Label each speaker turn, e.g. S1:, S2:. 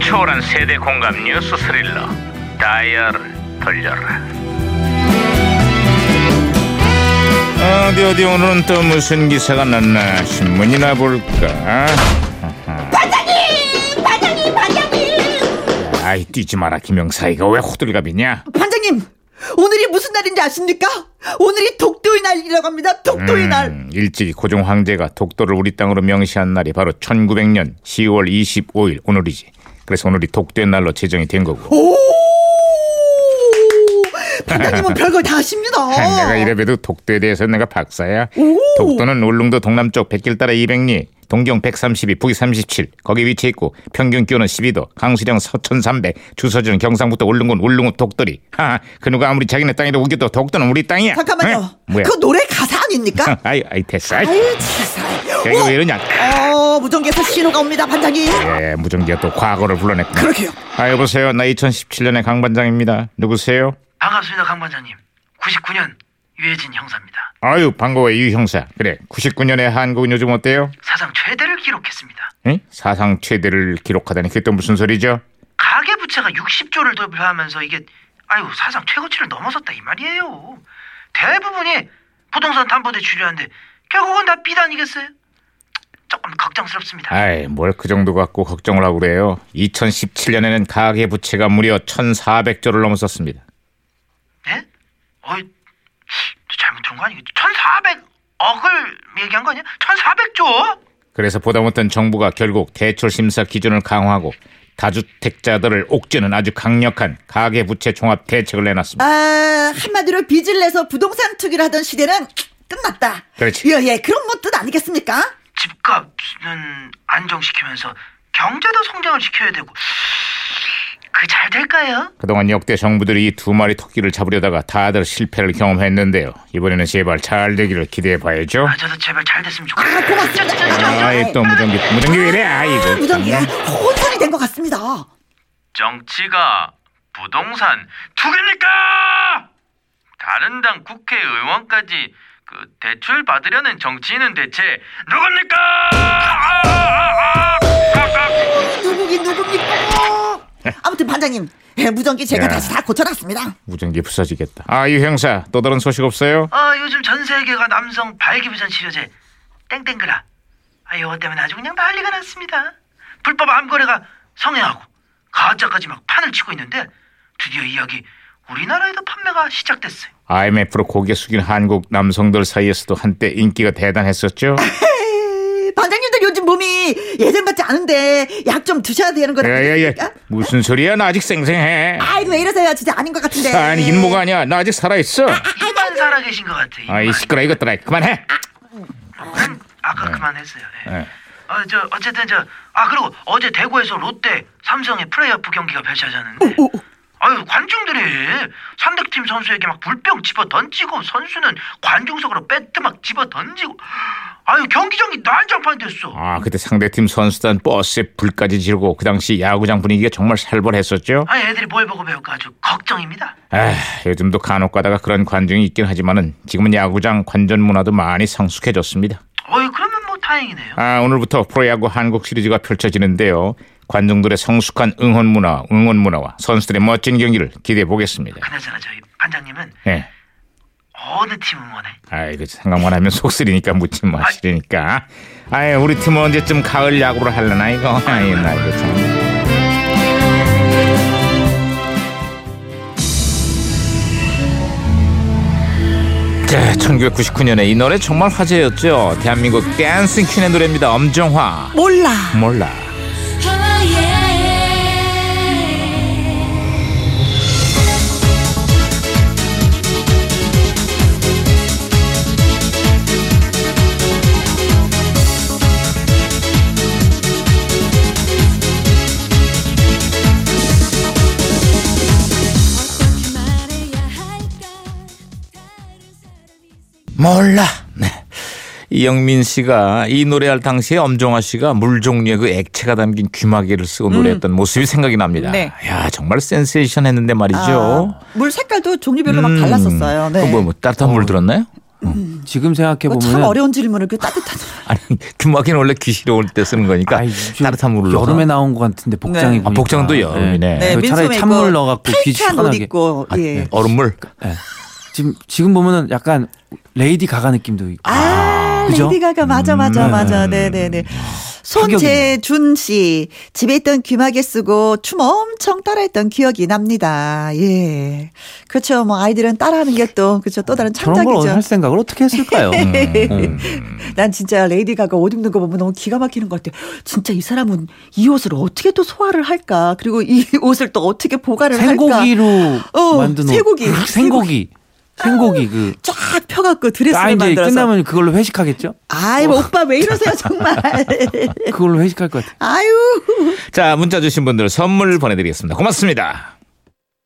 S1: 초월한 세대 공감 뉴스 스릴러 다이얼을 돌려라
S2: 아, 어디 어디 오늘은 또 무슨 기사가 났나 신문이나 볼까
S3: 반장님! 반장님! 반장님!
S2: 아이 뛰지 마라 김영사 이거 왜 호들갑이냐
S3: 반장님! 오늘이 무슨 날인지 아십니까? 오늘이 독도의 날이라고 합니다. 독도의 날.
S2: 음, 일찍이 고종 황제가 독도를 우리 땅으로 명시한 날이 바로 1900년 10월 25일 오늘이지 그래서 오늘이 독도의 날로 제정이 된 거고
S3: 오! 반장님은 별걸 다 아십니다.
S2: 내가 이래봬도 독도에 대해서 내가 박사야 독도는 울릉도 동남쪽 백길 따라 200리 동경 132, 북위 37 거기 위치해 있고 평균 기온은 12도 강수량 서천 300 주소지는 경상북도 울릉군 울릉읍 독도리 하하 그 누가 아무리 자기네 땅이라 우겨도 독도는 우리 땅이야
S3: 잠깐만요.
S2: 응? 어? 뭐야
S3: 그 노래 가사 아닙니까?
S2: 아이 아이 됐어 아이,
S3: 아유, 치사.
S2: 야, 이거 왜 이러냐
S3: 어, 무전기에서 신호가 옵니다, 반장님.
S2: 예, 무전기가 또 과거를 불러냈고.
S3: 그러게요.
S2: 아 여보세요, 나 2017년의 강 반장입니다. 누구세요?
S4: 반갑습니다, 강 반장님. 99년 유해진 형사입니다.
S2: 아유 반가워 유 형사. 그래, 99년의 한국은 요즘 어때요?
S4: 사상 최대를 기록했습니다.
S2: 응? 사상 최대를 기록하다니 그게 또 무슨 소리죠?
S4: 가계 부채가 60조를 돌파하면서 이게 아유 사상 최고치를 넘어섰다 이 말이에요. 대부분이 부동산 담보대 줄이는데 결국은 다 비단이겠어요. 조금 걱정스럽습니다.
S2: 아이 뭘 그 정도 갖고 걱정을 하고 그래요. 2017년에는 가계 부채가 무려 1,400조를 넘었었습니다.
S4: 네? 어이 저 잘못 들은 거 아니겠죠? 1,400억을 얘기한 거 아니야? 1,400조?
S2: 그래서 보다 못한 정부가 결국 대출 심사 기준을 강화하고 다주택자들을 옥죄는 아주 강력한 가계 부채 종합 대책을 내놨습니다.
S3: 아, 한마디로 빚을 내서 부동산 투기를 하던 시대는 끝났다.
S2: 그렇지.
S3: 예, 예. 그런 뭐 뜻 아니겠습니까?
S4: 집값은 안정시키면서 경제도 성장을 시켜야 되고 그 잘 될까요?
S2: 그동안 역대 정부들이 이 두 마리 토끼를 잡으려다가 다들 실패를 경험했는데요. 이번에는 제발 잘 되기를 기대해 봐야죠.
S4: 아 저도 제발 잘 됐으면
S3: 아,
S4: 좋겠어요.
S3: 고맙습니다.
S2: 아이 또 무전기 무전기 왜 이래?
S3: 아,
S2: 아이고.
S3: 무전기가 혼선이 된 것 같습니다.
S4: 정치가 부동산 투기니까 다른 당 국회의원까지 그 대출 받으려는 정치인은 대체 누굽니까? 아, 아, 아, 아,
S3: 누구긴 누굽니까? 어! 아무튼 반장님, 예, 무전기 제가
S2: 야.
S3: 다시 다 고쳐놨습니다.
S2: 무전기 부서지겠다. 아유 형사 또 다른 소식 없어요?
S4: 아. 아, 요즘 전 세계가 남성 발기부전 치료제 땡땡그라 아 이거 때문에 아주 그냥 난리가 났습니다. 불법 암거래가 성행하고 가짜까지 막 판을 치고 있는데 드디어 이 약이 우리나라에도 판매가 시작됐어요.
S2: IMF로 고개 숙인 한국 남성들 사이에서도 한때 인기가 대단했었죠.
S3: 에이, 반장님들 요즘 몸이 예전 같지 않은데 약 좀 드셔야 되는
S2: 아,
S3: 거라.
S2: 야야야 무슨 소리야? 나 아직 생생해.
S3: 아이고 왜 이러세요? 진짜 아닌 것 같은데.
S2: 아니 인모가 아니야. 나 아직 네. 살아 있어.
S4: 입만 살아계신 것 같아. 입만.
S2: 아이 시끄러 이것들아 그만해.
S4: 음, 아까 그만했어요. 예.
S2: 예.
S4: 어, 저 어쨌든 저 아 그리고 어제 대구에서 롯데 삼성의 플레이오프 경기가 펼쳐졌는데 아유 관중들이 상대 팀 선수에게 막 불병 집어 던지고 선수는 관중석으로 배트 막 집어 던지고 아유 경기장이 난장판 됐어.
S2: 아 그때 상대팀 선수단 버스에 불까지 지르고 그 당시 야구장 분위기가 정말 살벌했었죠.
S4: 아 애들이 뭘 보고 배울까 아주 걱정입니다.
S2: 아, 요즘도 간혹 가다가 그런 관중이 있긴 하지만은 지금은 야구장 관전 문화도 많이 성숙해졌습니다.
S4: 어이 그러면 뭐 다행이네요.
S2: 아, 오늘부터 프로야구 한국 시리즈가 펼쳐지는데요. 관중들의 성숙한 응원 문화, 응원 문화와 선수들의 멋진 경기를 기대해 보겠습니다.
S4: 그나저나 저희 반장님은
S2: 예.
S4: 어느 팀 응원해?
S2: 아이고 그 생각만 하면 속 쓰리니까 묻지 마시니까. 아이 우리 팀은 언제쯤 가을 야구를 할려나 이거. 아이 나 이거 참. 자, 네, 1999년에 이 노래 정말 화제였죠. 대한민국 댄싱 퀸의 노래입니다. 엄정화.
S3: 몰라.
S2: 몰라. 몰라. 네. 이영민 씨가 이 노래할 당시에 엄정화 씨가 물 종류의 그 액체가 담긴 귀마개를 쓰고 노래했던 모습이 생각이 납니다.
S3: 음. 네.
S2: 야 정말 센세이션 했는데 말이죠.
S3: 아, 물 색깔도 종류별로 막
S2: 음.
S3: 달랐었어요. 네.
S2: 어, 뭐, 뭐 따뜻한 물 들었나요?
S3: 음,
S5: 지금 생각해 보면
S3: 참 어려운 질문을 그 따뜻한
S2: 아니 규막이는 원래 귀시로 올 때 쓰는 거니까 그러니까
S3: 아,
S2: 따뜻한 물로
S5: 여름에 나온 것 같은데 복장이
S3: 네.
S2: 아, 복장도
S5: 보니까.
S2: 여름이네. 네,
S5: 그 차라리
S3: 민소매
S5: 찬물
S3: 입고
S5: 넣어갖고 귀
S3: 타이트한 옷
S5: 시원하게.
S3: 입고
S2: 아,
S3: 예.
S2: 얼음물
S5: 예. 지금 지금 보면은 약간 레이디 가가 느낌도 있고.
S3: 아,
S5: 그죠? 음, 네.
S3: 레이디 가가 맞아 맞아 맞아 네네네 손재준 씨 집에 있던 귀마개 쓰고 춤 엄청 따라했던 기억이 납니다 예 그렇죠 뭐 아이들은 따라하는 게 또 그렇죠 또 다른
S5: 저런 걸
S3: 창작이죠 네,
S5: 할 생각을 어떻게 했을까요? 음.
S3: 난 진짜 레이디 가가 옷 입는 거 보면 너무 기가 막히는 것 같아요 진짜 이 사람은 이 옷을 어떻게 또 소화를 할까 그리고 이 옷을 또 어떻게 보관을 할까
S5: 생고기로
S3: 그러니까. 어,
S5: 만든 옷.
S3: 생고기.
S5: 그 생고기. 생고기 그.
S3: 쫙 펴갖고 드레스를
S5: 아 이제
S3: 만들어서
S5: 끝나면 그걸로 회식하겠죠?
S3: 아이 뭐 오빠 왜 이러세요 정말
S5: 그걸로 회식할 것 같아. 요
S3: 아유
S2: 자 문자 주신 분들 선물 보내드리겠습니다. 고맙습니다.